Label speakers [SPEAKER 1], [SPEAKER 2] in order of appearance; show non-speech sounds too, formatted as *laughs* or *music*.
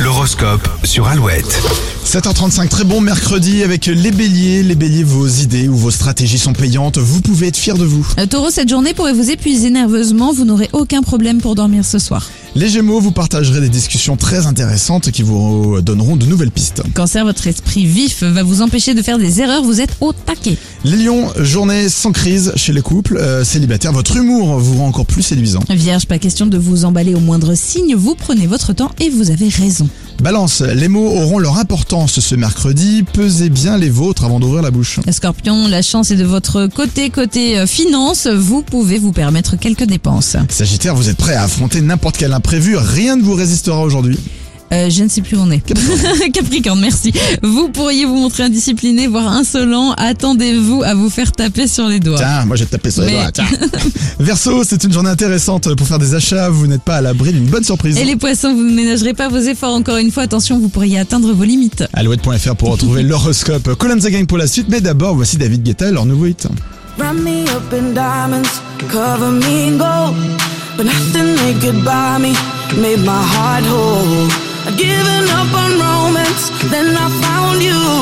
[SPEAKER 1] L'horoscope sur Alouette.
[SPEAKER 2] 7h35, très bon mercredi avec les béliers. Les béliers, vos idées ou vos stratégies sont payantes. Vous pouvez être fiers de vous.
[SPEAKER 3] Euh, Taureau, cette journée pourrait vous épuiser nerveusement, vous n'aurez aucun problème pour dormir ce soir.
[SPEAKER 2] Les gémeaux, vous partagerez des discussions très intéressantes qui vous donneront de nouvelles pistes.
[SPEAKER 3] Cancer, votre esprit vif va vous empêcher de faire des erreurs, vous êtes au taquet.
[SPEAKER 2] Les lions, journée sans crise chez les couples euh, célibataires. Votre humour vous rend encore plus séduisant.
[SPEAKER 3] Vierge, pas question de vous emballer au moindre signe, vous prenez votre temps et vous avez raison.
[SPEAKER 2] Balance, les mots auront leur importance ce mercredi. Pesez bien les vôtres avant d'ouvrir la bouche.
[SPEAKER 3] Scorpion, la chance est de votre côté, côté euh, finance, vous pouvez vous permettre quelques dépenses.
[SPEAKER 2] Sagittaire, vous êtes prêt à affronter n'importe quel imprévu. Rien ne vous résistera aujourd'hui.
[SPEAKER 3] Euh, je ne sais plus où on est. *laughs* Capricorne, merci. Vous pourriez vous montrer indiscipliné, voire insolent, attendez-vous à vous faire taper sur les doigts.
[SPEAKER 2] Tiens, moi je vais te taper sur les
[SPEAKER 3] Mais-
[SPEAKER 2] doigts. Tiens. Verseau, c'est une journée intéressante pour faire des achats. Vous n'êtes pas à l'abri d'une bonne surprise.
[SPEAKER 3] Et les poissons, vous ne ménagerez pas vos efforts encore une fois. Attention, vous pourriez atteindre vos limites.
[SPEAKER 2] Alouette.fr pour retrouver l'horoscope. Colin Zagain pour la suite, mais d'abord voici David Guetta, leur nouveau hit.
[SPEAKER 4] Wrap me up in diamonds, cover me in gold. But nothing they could buy me made my heart whole. I'd given up on romance, then I found you.